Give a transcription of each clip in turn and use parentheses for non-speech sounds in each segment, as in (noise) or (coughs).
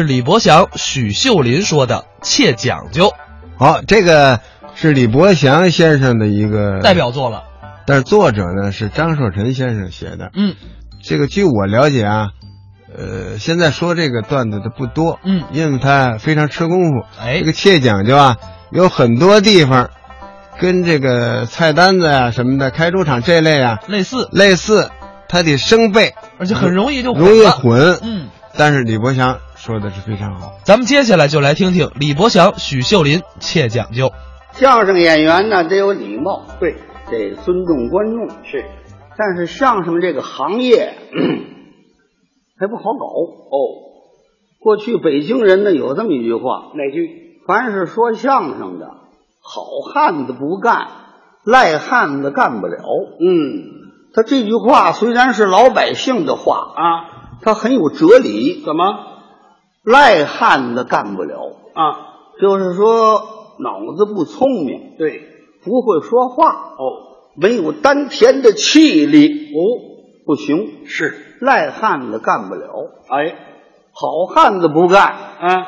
是李伯祥、许秀林说的“切讲究好，这个是李伯祥先生的一个”代，表作了。但是作者呢是张寿臣先生写的。嗯这个据我了解啊，呃，现在说这个段子的不多，嗯因为他非常吃功夫。哎这个切讲究啊，有很多地方跟这个菜单子呀、什么的、开猪场这类啊类似，类似，它得生背，而且很容易就容易了。混。嗯，但是李伯祥说的是非常好。咱们接下来就来听听李伯祥、许秀林“切讲究相声演员呢得有礼貌，对，得尊重观众是。但是相声这个行业 (clears throat) 还不好搞哦。过去北京人呢有这么一句话，哪句？凡是说相声的，好汉子不干，赖汉子干不了。嗯，他这句话虽然是老百姓的话啊，他很有哲理。怎么？赖汉子干不了啊，就是说脑子不聪明，对，不会说话哦，没有丹田的气力哦，不行，是赖汉子干不了，哎，好汉子不干啊，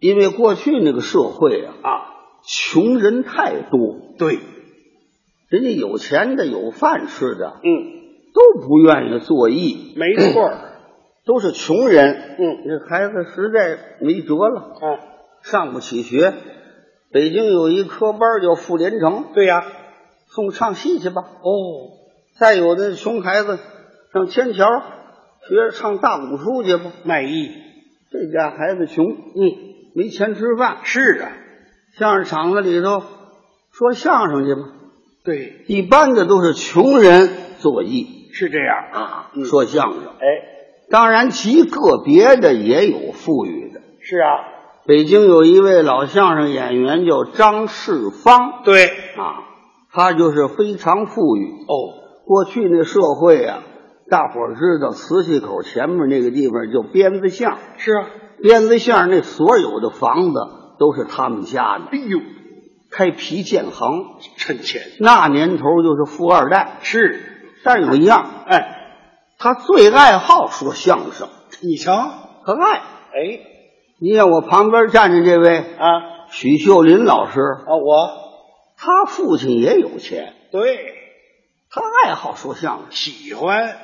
因为过去那个社会啊，啊穷人太多，对，人家有钱的有饭吃的，嗯，都不愿意做艺，没错。 (clears throat) 都是穷人，嗯，这孩子实在没辙了，哦，上不起学。北京有一科班儿叫傅连城，对呀、送唱戏去吧。哦，再有的穷孩子上天桥学着唱大鼓书去吧，卖艺。这家孩子穷，嗯，没钱吃饭。是啊，相声场子里头说相声去吧。对，一般的都是穷人做艺，是这样啊，说相声。哎。当然，极个别的也有富裕的。是啊，北京有一位老相声演员叫张世芳，对啊，他就是非常富裕哦。过去那社会啊，大伙儿知道瓷器口前面那个地方叫鞭子巷，是啊，鞭子巷那所有的房子都是他们家的。哎呦，开皮件行趁钱，那年头就是富二代是，但是有一样，哎，他最爱好说相声，你瞧，他爱。哎，你看我旁边站着这位啊，许秀林老师，啊，我他父亲也有钱，对他爱好说相声。喜欢，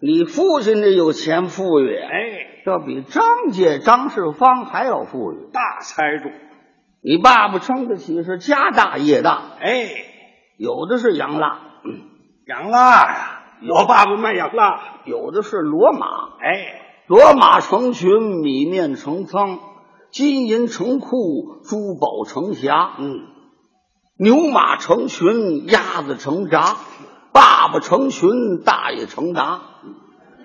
你父亲这有钱富裕，，哎，这比张家张世芳还要富裕。大财主，你爸爸撑得起是家大业大，哎，有的是洋蜡，养蜡嗯呀，我爸爸卖养蜡，有的是骡马，哎，骡马成群，米面成仓，金银成库，珠宝成匣。嗯，牛马成群，鸭子成闸，爸爸成群，大爷成达。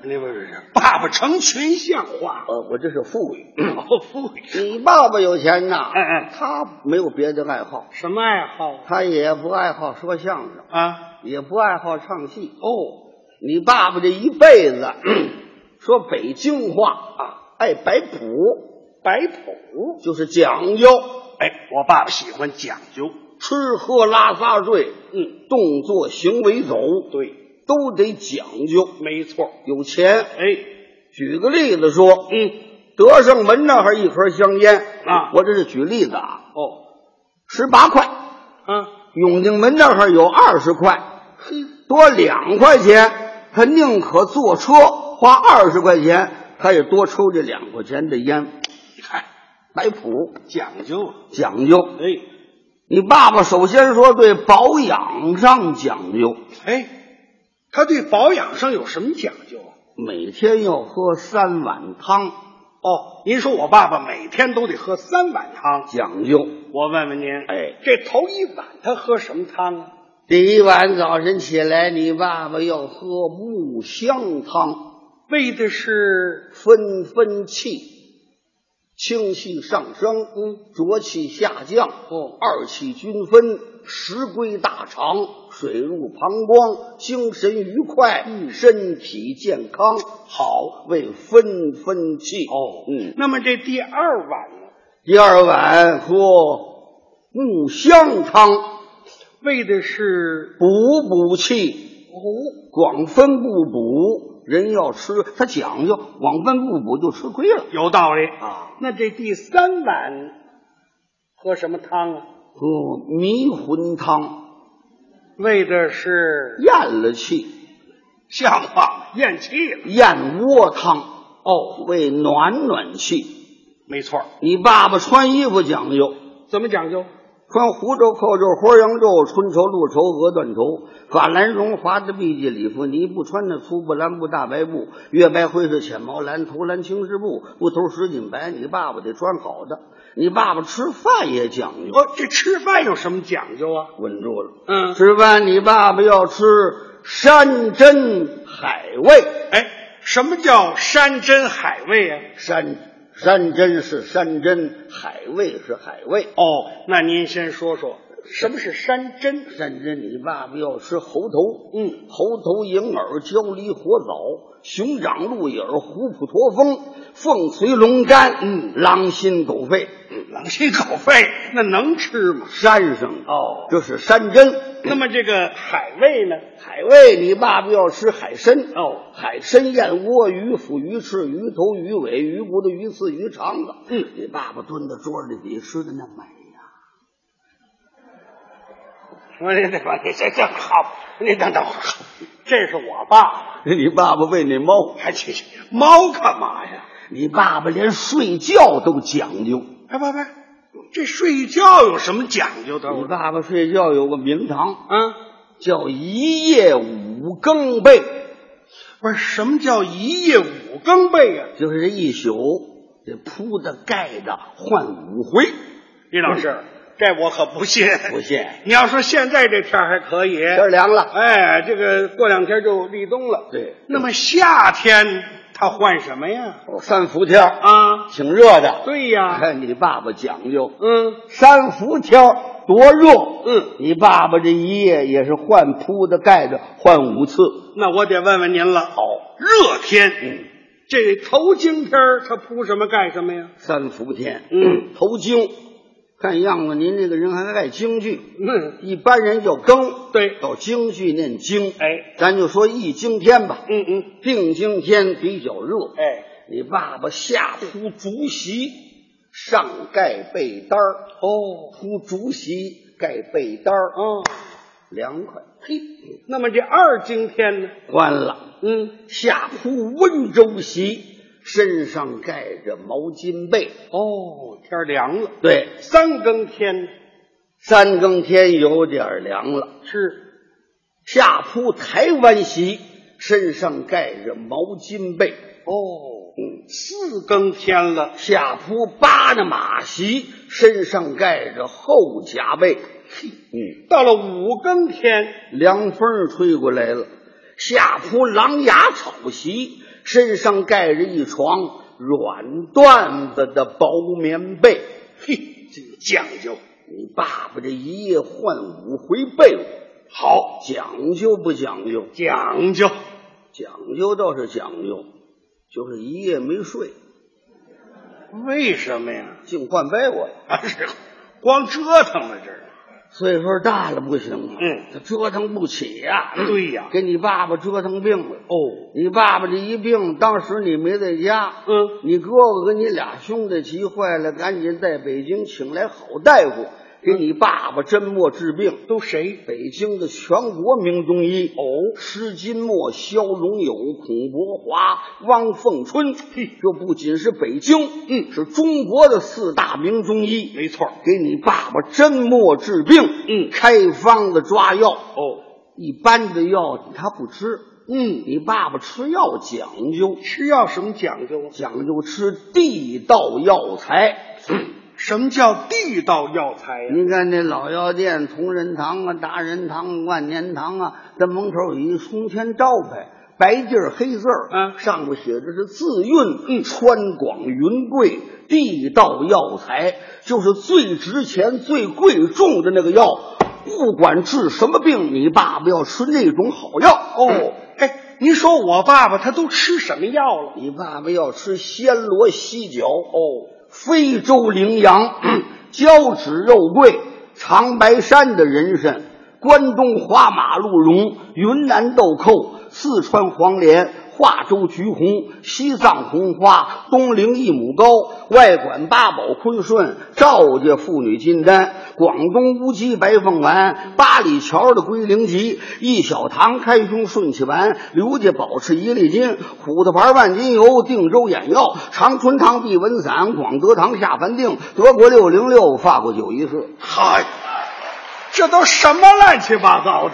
那不是爸爸成群像话，呃，我这是富裕。老富裕，你爸爸有钱呐，哎哎他没有别的爱好，什么爱好他也不爱好说相声，啊？也不爱好唱戏。哦，你爸爸这一辈子 (clears throat) 说北京话啊，爱摆谱。摆谱，就是讲究，哎，我爸爸喜欢讲究，吃喝拉撒睡，嗯，动作行为走，对，都得讲究。没错，有钱，哎，举个例子说，嗯，德胜门那儿一盒香烟啊我这是举例子啊，哦，十八块，啊，永定门那儿有二十块，嘿，多两块钱，他宁可坐车花二十块钱，他也多抽这两块钱的烟，嗨，摆谱讲究，讲究。哎，你爸爸首先说对保养上讲究，哎，他对保养上有什么讲究啊？每天要喝三碗汤，哦，您说我爸爸每天都得喝三碗汤，讲究。我问问您，哎这头一碗他喝什么汤啊？第一碗早晨起来，你爸爸要喝木香汤，喂的是分分气，清气上升，嗯，浊气下降，哦，二气均分，食归大肠，水入膀胱，精神愉快，嗯，身体健康，好，为分分气。哦嗯，那么这第二碗呢？第二碗喝木香汤，喂的是补补气，哦，广分不补，人要吃，他讲究，往温不补就吃亏了有道理。啊。那这第三碗喝什么汤啊？喝迷魂汤，为的是咽了气；像话吗？咽气了。燕窝汤，哦，为暖暖气。没错。你爸爸穿衣服讲究，怎么讲究？穿湖州、寇州、花扬州、春绸、陆绸、鹅缎绸、法兰绒、华的碧记、里弗尼，不穿那粗布蓝布、大白布、月白灰是浅毛蓝、头蓝青织布、布头十锦白。你爸爸得穿好的，你爸爸吃饭也讲究。哦，这吃饭有什么讲究啊？稳住了，嗯，吃饭你爸爸要吃山珍海味，哎，什么叫山珍海味啊？山山珍是山珍，海味是海味。哦，那您先说说什么是山珍？山珍，你爸爸要吃猴头，嗯，猴头、银耳、焦梨、火枣、熊掌、鹿耳、虎扑驼峰、凤髓、龙肝，嗯，狼心狗肺，嗯狼心狗肺，那能吃吗？山上哦这是山珍。那么这个海味呢？海味，你爸爸要吃海参哦，海参、燕窝、鱼腹、鱼翅、鱼头、鱼尾、鱼骨头、鱼刺、鱼肠子。嗯，你爸爸蹲在桌里底吃的那美呀、我这这这这这好，你等等会儿，这是我爸，你爸爸喂那猫，还去猫干嘛呀？你爸爸连睡觉都讲究。哎，不不，这睡觉有什么讲究的？你爸爸睡觉有个名堂，啊，叫一夜五更被，不是什么叫一夜五更被呀、就是这一宿这铺的盖的换五回。李老师，这嗯 (laughs) 我可不信。不信，你要说现在这天儿还可以，天凉了，哎，这个过两天就立冬了。对那么夏天它换什么呀？三伏天儿啊，挺热的。对呀， (laughs) 哎，你爸爸讲究，嗯三伏天儿多热，嗯，你爸爸这一夜也是换铺的盖的换五次，那我得问问您了。好，热天，嗯，这头巾天儿它铺什么盖什么呀？三伏天，嗯，头巾，看样子您这个人还爱京剧，嗯，一般人叫更，对到京剧念经，哎，咱就说易经天吧，嗯嗯，定经天比较热，哎，你爸爸下铺竹席，上盖被单儿，哦，铺竹席盖被单儿，哦，凉快，嘿，那么这二更天呢？关了。嗯，下铺温州席，身上盖着毛巾被。哦，天儿凉了。对，三更天三更天有点凉了。是下铺台湾席，身上盖着毛巾被。嗯哦，四更天了。下铺巴拿马席，身上盖着厚夹被。嗯，到了五更天，凉风吹过来了。下铺狼牙草席，身上盖着一床软缎子的薄棉被。嘿，这讲究你爸爸这一夜换五回被褥，好讲究不讲究？讲究。讲究倒是讲究，就是一夜没睡，为什么呀？净换被窝呀。啊，是光折腾了这儿。岁数大了不行啊，嗯，他折腾不起呀、对呀给你爸爸折腾病了。哦，你爸爸这一病，当时你没在家，嗯，你哥哥跟你俩兄弟急坏了，赶紧在北京请来好大夫，给你爸爸针末治病。都谁？北京的全国名中医哦施金墨、萧龙友、孔伯华、汪凤春，这不仅是北京，嗯是中国的四大名中医。没错儿。给你爸爸针墨治病，嗯开方子抓药，哦，一般的药他不吃，嗯，你爸爸吃药讲究，吃药什么讲究啊？讲究吃地道药材。嗯什么叫地道药材呀、您看那老药店，同仁堂啊、达仁堂、万年堂啊，在门口有一冲天招牌，白底儿黑字儿，嗯上面写着是自运，嗯川广云贵地道药材，就是最值钱、最贵重的那个药。不管治什么病，你爸爸要吃那种好药哦，哎，您说我爸爸他都吃什么药了？你爸爸要吃暹罗犀角哦，非洲羚羊、 (clears throat) 交趾肉桂、长白山的人参、关东花马鹿茸、云南豆蔻、四川黄连、华州橘红、西藏红花、东陵一亩高、外管八宝坤顺、赵家妇女金丹、广东乌鸡白凤丸、八里桥的龟苓集、一小堂开胸顺气丸、刘家保持一粒金、虎子牌万金油、定州眼药、长春堂避蚊散、广德堂下凡定、德国六零六、法国九一四。嗨，这都什么乱七八糟的？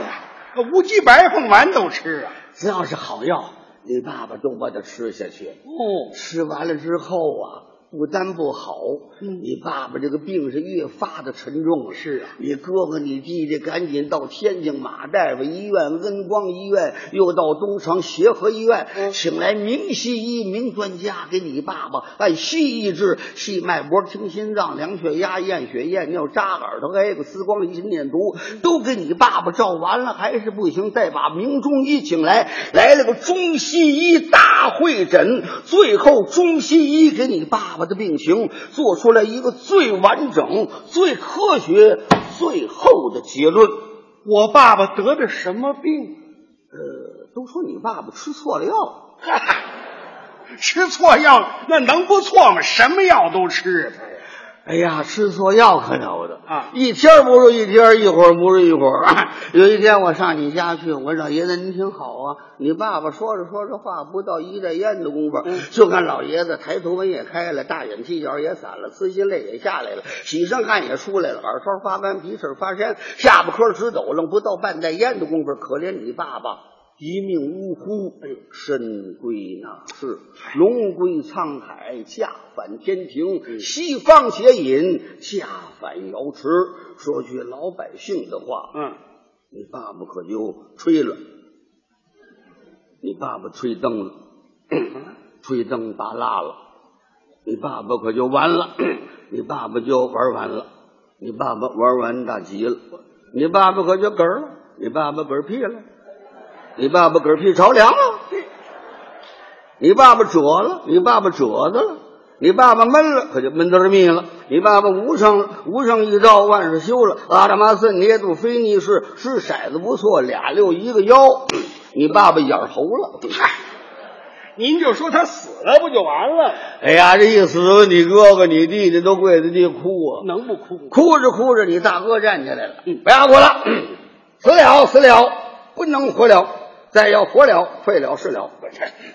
乌鸡白凤丸都吃啊？只要是好药，你爸爸都把它吃下去。哦，吃完了之后啊，不单不好，嗯你爸爸这个病是越发的沉重了。是啊，你哥哥、你弟弟赶紧到天津马大夫医院、恩光医院，又到东城协和医院，嗯请来名西医、名专家，给你爸爸按西医治，系脉搏、听心脏、量血压、验血、验尿、扎耳朵、挨个丝光、疑心电图，都给你爸爸照完了，还是不行，再把名中医请来，来了个中西医大会诊，最后中西医给你爸爸的病情做出来一个最完整、最科学、最后的结论。我爸爸得的什么病？呃，都说你爸爸吃错了药。哈哈，吃错药了，那能不错吗？什么药都吃他呀。哎呀，吃错药可了的啊一天儿不如一天儿，一会儿不如一会儿。啊有一天我上你家去，我说老爷子您挺好啊，你爸爸说着说着话，不到一袋烟的功夫，就看老爷子抬头纹也开了，大眼犄角也散了，撕心泪也下来了，喜上汗也出来了，耳梢发干，鼻翅发梢，下巴颏直抖楞。不到半袋烟的功夫，可怜你爸爸一命呜呼，哎身归哪是？龙归沧海，驾返天庭；西方邪隐，驾返瑶池。说句老百姓的话，嗯，你爸爸可就吹了，你爸爸吹灯了，吹灯拔蜡了，你爸爸可就完了，你爸爸就玩完了，你爸爸玩完大吉了，你爸爸可就嗝儿了，你爸爸嗝屁了，你爸爸嗝屁朝凉了，你爸爸褶了，你爸爸褶子了。你爸爸闷了，可就闷得儿密了；你爸爸无上了，无上一照万事休了。阿达玛森捏住非逆是，是骰子不错，俩六一个幺。 (clears throat) 你爸爸眼儿猴了， (laughs) 您就说他死了不就完了？哎呀，这一死，你哥哥、你弟弟都跪在地哭啊！能不哭吗？哭着哭着，你大哥站起来了，不要哭了，嗯死了死了，不能活了，再要活了，废了是了。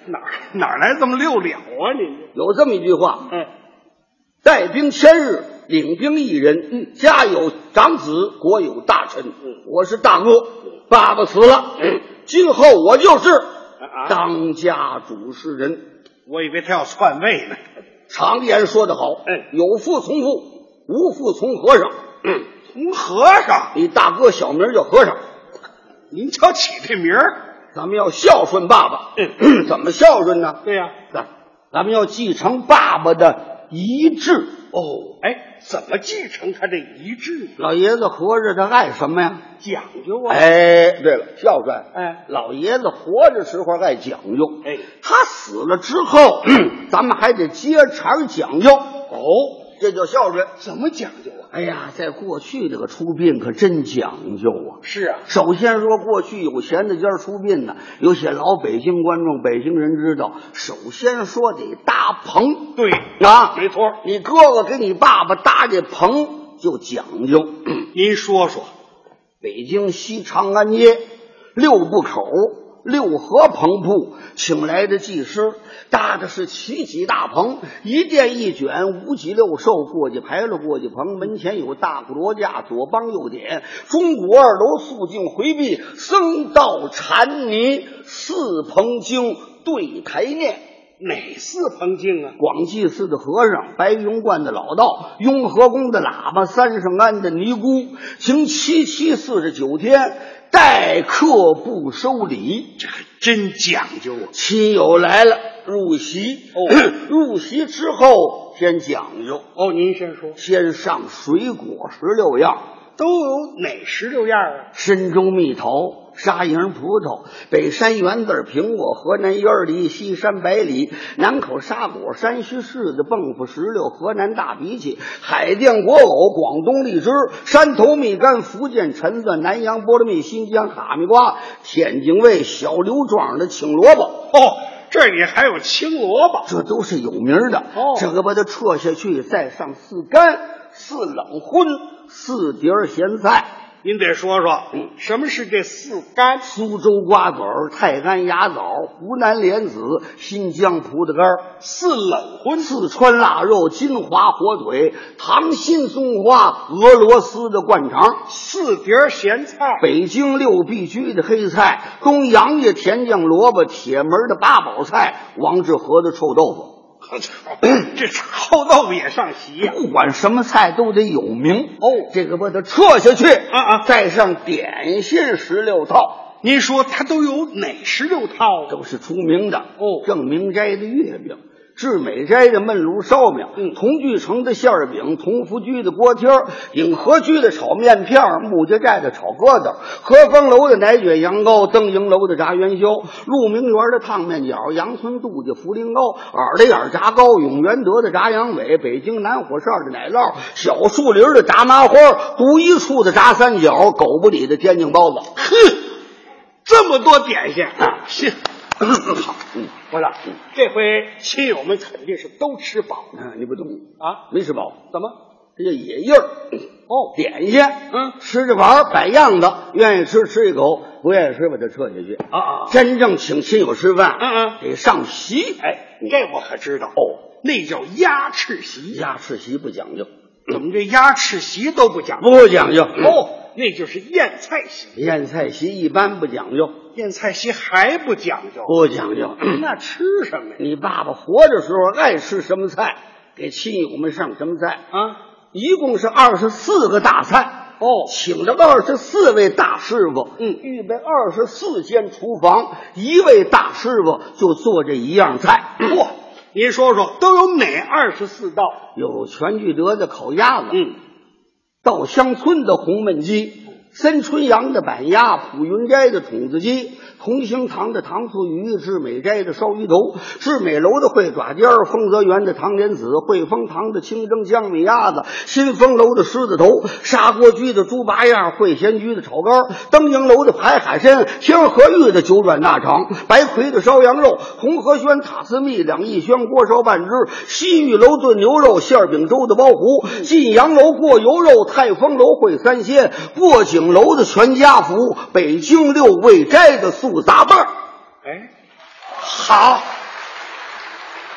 哪儿哪儿来这么六了啊？你有这么一句话：嗯，带兵千日，领兵一人。嗯家有长子，国有大臣。我是大哥，爸爸死了，今后我就是嗯啊当家主事人。我以为他要篡位呢。常言说得好，哎嗯有父从父，无父从和尚。从和尚，你大哥小名叫和尚，您瞧起这名儿？咱们要孝顺爸爸。 (clears throat) 怎么孝顺呢？嗯对呀、咱咱们要继承爸爸的遗志。哦，哎，怎么继承他这遗志呢？老爷子活着他爱什么呀？讲究啊！，哎，对了，孝顺。哎，老爷子活着时候爱讲究，哎，他死了之后，嗯咱们还得接茬讲究。哦，这叫孝顺。怎么讲究啊？哎呀，在过去这个出殡可真讲究啊。是啊，首先说，过去有闲的家儿出殡呢，有些老北京观众、北京人知道，首先说得搭棚对，啊，没错。你哥哥给你爸爸搭这棚就讲究。您说说，北京西长安街六部口六合棚铺请来的技师搭的是齐脊大棚，一殿一卷，五脊六兽，过去排了过去棚，门前有大鼓锣架，左帮右点，钟鼓二楼肃静回避，僧道禅尼四棚经对台念。哪四棚经啊？广济寺的和尚、白云观的老道、雍和宫的喇嘛、三圣庵的尼姑，行七七四十九天，待客不收礼。这还真讲究啊！亲友来了，入席。哦 (coughs) 入席之后先讲究，哦，您先说，先上水果十六样，都有哪十六样啊？深州蜜桃、沙营葡萄、北山圆子苹果、河南烟梨、西山白梨、南口沙果、山西柿子、蚌埠石榴、河南大荸荠、海淀果藕、广东荔枝、山头蜜柑、福建橙子、南洋菠萝蜜、新疆哈密瓜、天津卫小刘庄的青萝卜。哦，这里还有青萝卜，这都是有名的。哦这个把它撤下去，再上四干、四冷荤、四碟儿咸菜、您得说说，什么是这四干？苏州瓜子儿、泰安鸭枣、湖南莲子、新疆葡萄干儿、四冷荤，四川腊肉、金华火腿、糖心松花、俄罗斯的灌肠。四碟儿咸菜，北京六必居的黑菜，东洋的甜酱萝卜，铁门的八宝菜，王致和的臭豆腐。这臭豆腐也上席呀、不管什么菜都得有名哦。这个把它撤下去，啊啊再上点心十六套，您说它都有哪十六套啊？都是出名的哦正明斋的月饼。致美斋的焖炉烧饼，嗯，同聚城的馅儿饼，同福居的锅贴儿，影河居的炒面片儿，穆家寨的炒疙瘩，和风楼的奶卷羊羔，登营楼的炸元宵，鹿鸣园的烫面饺，杨村杜家茯苓糕，耳朵眼儿炸糕，永源德的炸羊尾，北京南火哨的奶酪，小树林的炸麻花，独一处的炸三角，狗不理的天津包子。 (coughs) 哼，这么多点心，啊是、好，嗯，我了，这回亲友们肯定是都吃饱啊你不懂啊？没吃饱，怎么？这叫野印儿。哦，点心，嗯吃着玩儿摆样子，愿意吃吃一口，不愿意吃把它撤下去。啊啊！真正请亲友吃饭，嗯嗯得上席。哎，这我可知道哦，那叫鸭翅席。鸭翅席不讲究，怎么这鸭翅席都不讲？不讲究。哦，那就是燕菜席。宴菜席一般不讲究，燕菜席还不讲究，不讲究。那吃什么呀？你爸爸活的时候爱吃什么菜，给亲友们上什么菜。啊，一共是二十四个大菜哦请了二十四位大师傅，嗯预备二十四间厨房，一位大师傅就做这一样菜。嚯！您说说都有哪二十四道？有全聚德的烤鸭子，嗯，稻香村的红焖鸡，申春阳的板鸭，普云斋的筒子鸡，同兴堂的糖醋鱼，致美斋的烧鱼头，致美楼的烩爪尖儿，丰泽园的糖莲子，汇丰堂的清蒸江米鸭子，新丰楼的狮子头，砂锅居的猪八样，汇贤居的炒肝，登营楼的排海参，天河峪的九转大肠，白魁的烧羊肉，红河轩塔斯密两一轩锅烧半只，西域楼炖牛肉，馅儿饼粥的包糊，晋阳楼过油肉，泰丰楼烩三鲜，过井楼的全家福，北京六味斋的素杂拌儿。哎，好。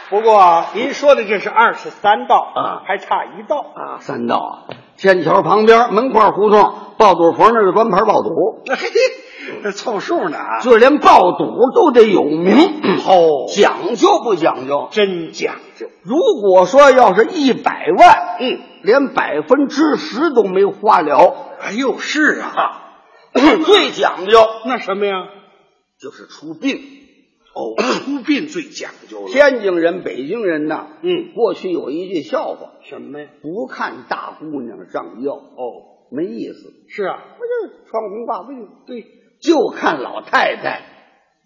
不过您说的这是二十三道啊还差一道。啊，三道啊，天桥旁边门框胡同爆肚房那是官牌爆肚，嘿，这凑数呢啊，这连爆肚都得有名，哦讲究不讲究？真讲究。如果说要是一百万，嗯，连百分之十都没花了，哎呦，是 (clears throat) 啊，最讲究那什么呀？就是出殡。 (clears throat) 哦，出殡最讲究了。天津人、北京人呐，嗯过去有一句笑话，什么呀？不看大姑娘上药哦，没意思，是啊，不就是穿红挂绿？对，就看老太太、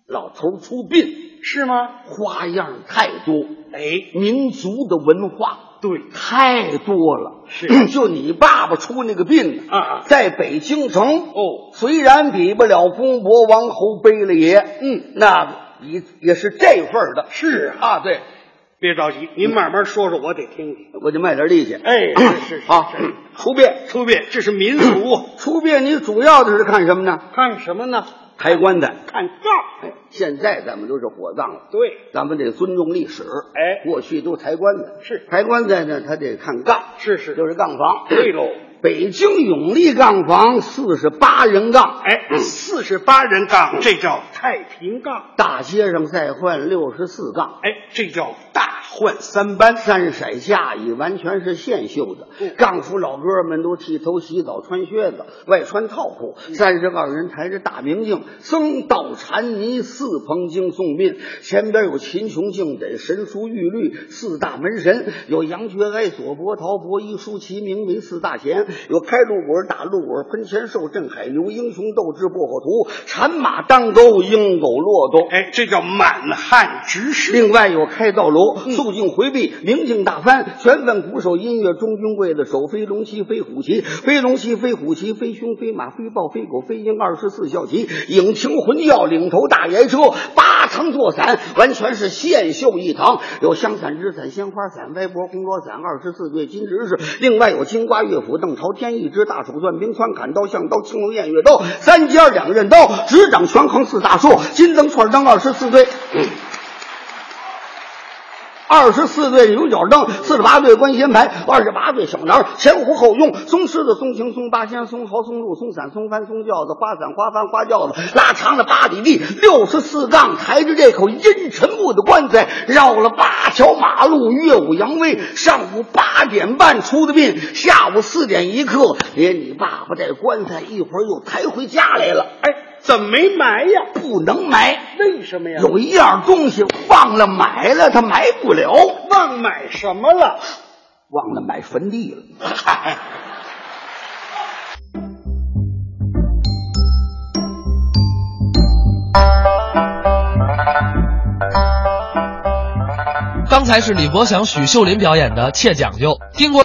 老头出殡，是吗？花样太多，哎，民族的文化对，太多了，嗯是就你爸爸出那个殡啊在北京城哦，虽然比不了公伯王侯贝勒爷，嗯，那也也是这份儿的，是啊。啊，对，别着急，您慢慢说说，我得听听。我就卖点力气，哎 (coughs) 是是是啊是，出殡，出殡这是民俗，出殡你主要的是看什么呢？看什么呢？抬棺材，看葬。哎，现在咱们都是火葬了。对，咱们得尊重历史，哎过去都抬棺材，是抬棺材呢，他得看杠，是是就是杠房，对喽。北京永利杠房四十八人杠，嗯哎，四十八人杠，这叫太平杠。大街上再换六十四杠，哎，这叫大换三班三色下已完全是现绣的，杠夫老哥们都剃头、洗澡、穿靴子，外穿套裤。三十杠人抬着大明镜，僧道禅尼四捧经送殡，前边有秦琼、敬得、神书、玉律四大门神，有杨觉哀、左伯桃、伯夷、舒淇、明为四大贤，有开路鬼、打路鬼、喷钱兽、镇海牛、英雄斗志、薄火图、产马当钩、鹰狗骆驼。哎哎，这叫满汉直视。另外有开道楼、嗯肃静回避，明镜大翻，全本鼓手音乐中军贵的手飞龙旗，飞虎旗，飞龙旗，飞虎旗，飞熊，飞马，飞豹，飞狗，飞鹰，二十四孝旗，影擎魂轿，领头大爷车，八堂坐伞，完全是现绣一堂，有香伞、纸伞、鲜花伞、歪脖红罗伞，二十四对金执事，另外有金瓜乐府、邓朝天一支大手攥冰川砍刀、象刀、青龙偃月刀，三尖儿两刃刀，执掌权衡四大槊，金灯串灯二十四对。嗯二十四对牛角灯，四十八对观弦牌，二十八对小囊，前呼后拥，松狮子、松芹、松八仙、松毫、松露、松伞、松帆、松轿子、花伞、花帆、花轿子，拉长了八里地，六十四杠，抬着这口阴沉木的棺材，绕了八条马路，乐舞扬威。上午八点半出的殡，下午四点一刻，连你爸爸这棺材一会儿又抬回家来了，哎，怎么没埋呀？不能埋。为什么呀？有一样东西忘了买了，他买不了。忘买什么了？忘了买坟地了。 (laughs) 刚才是李伯祥、许秀林表演的《切讲究》，听过。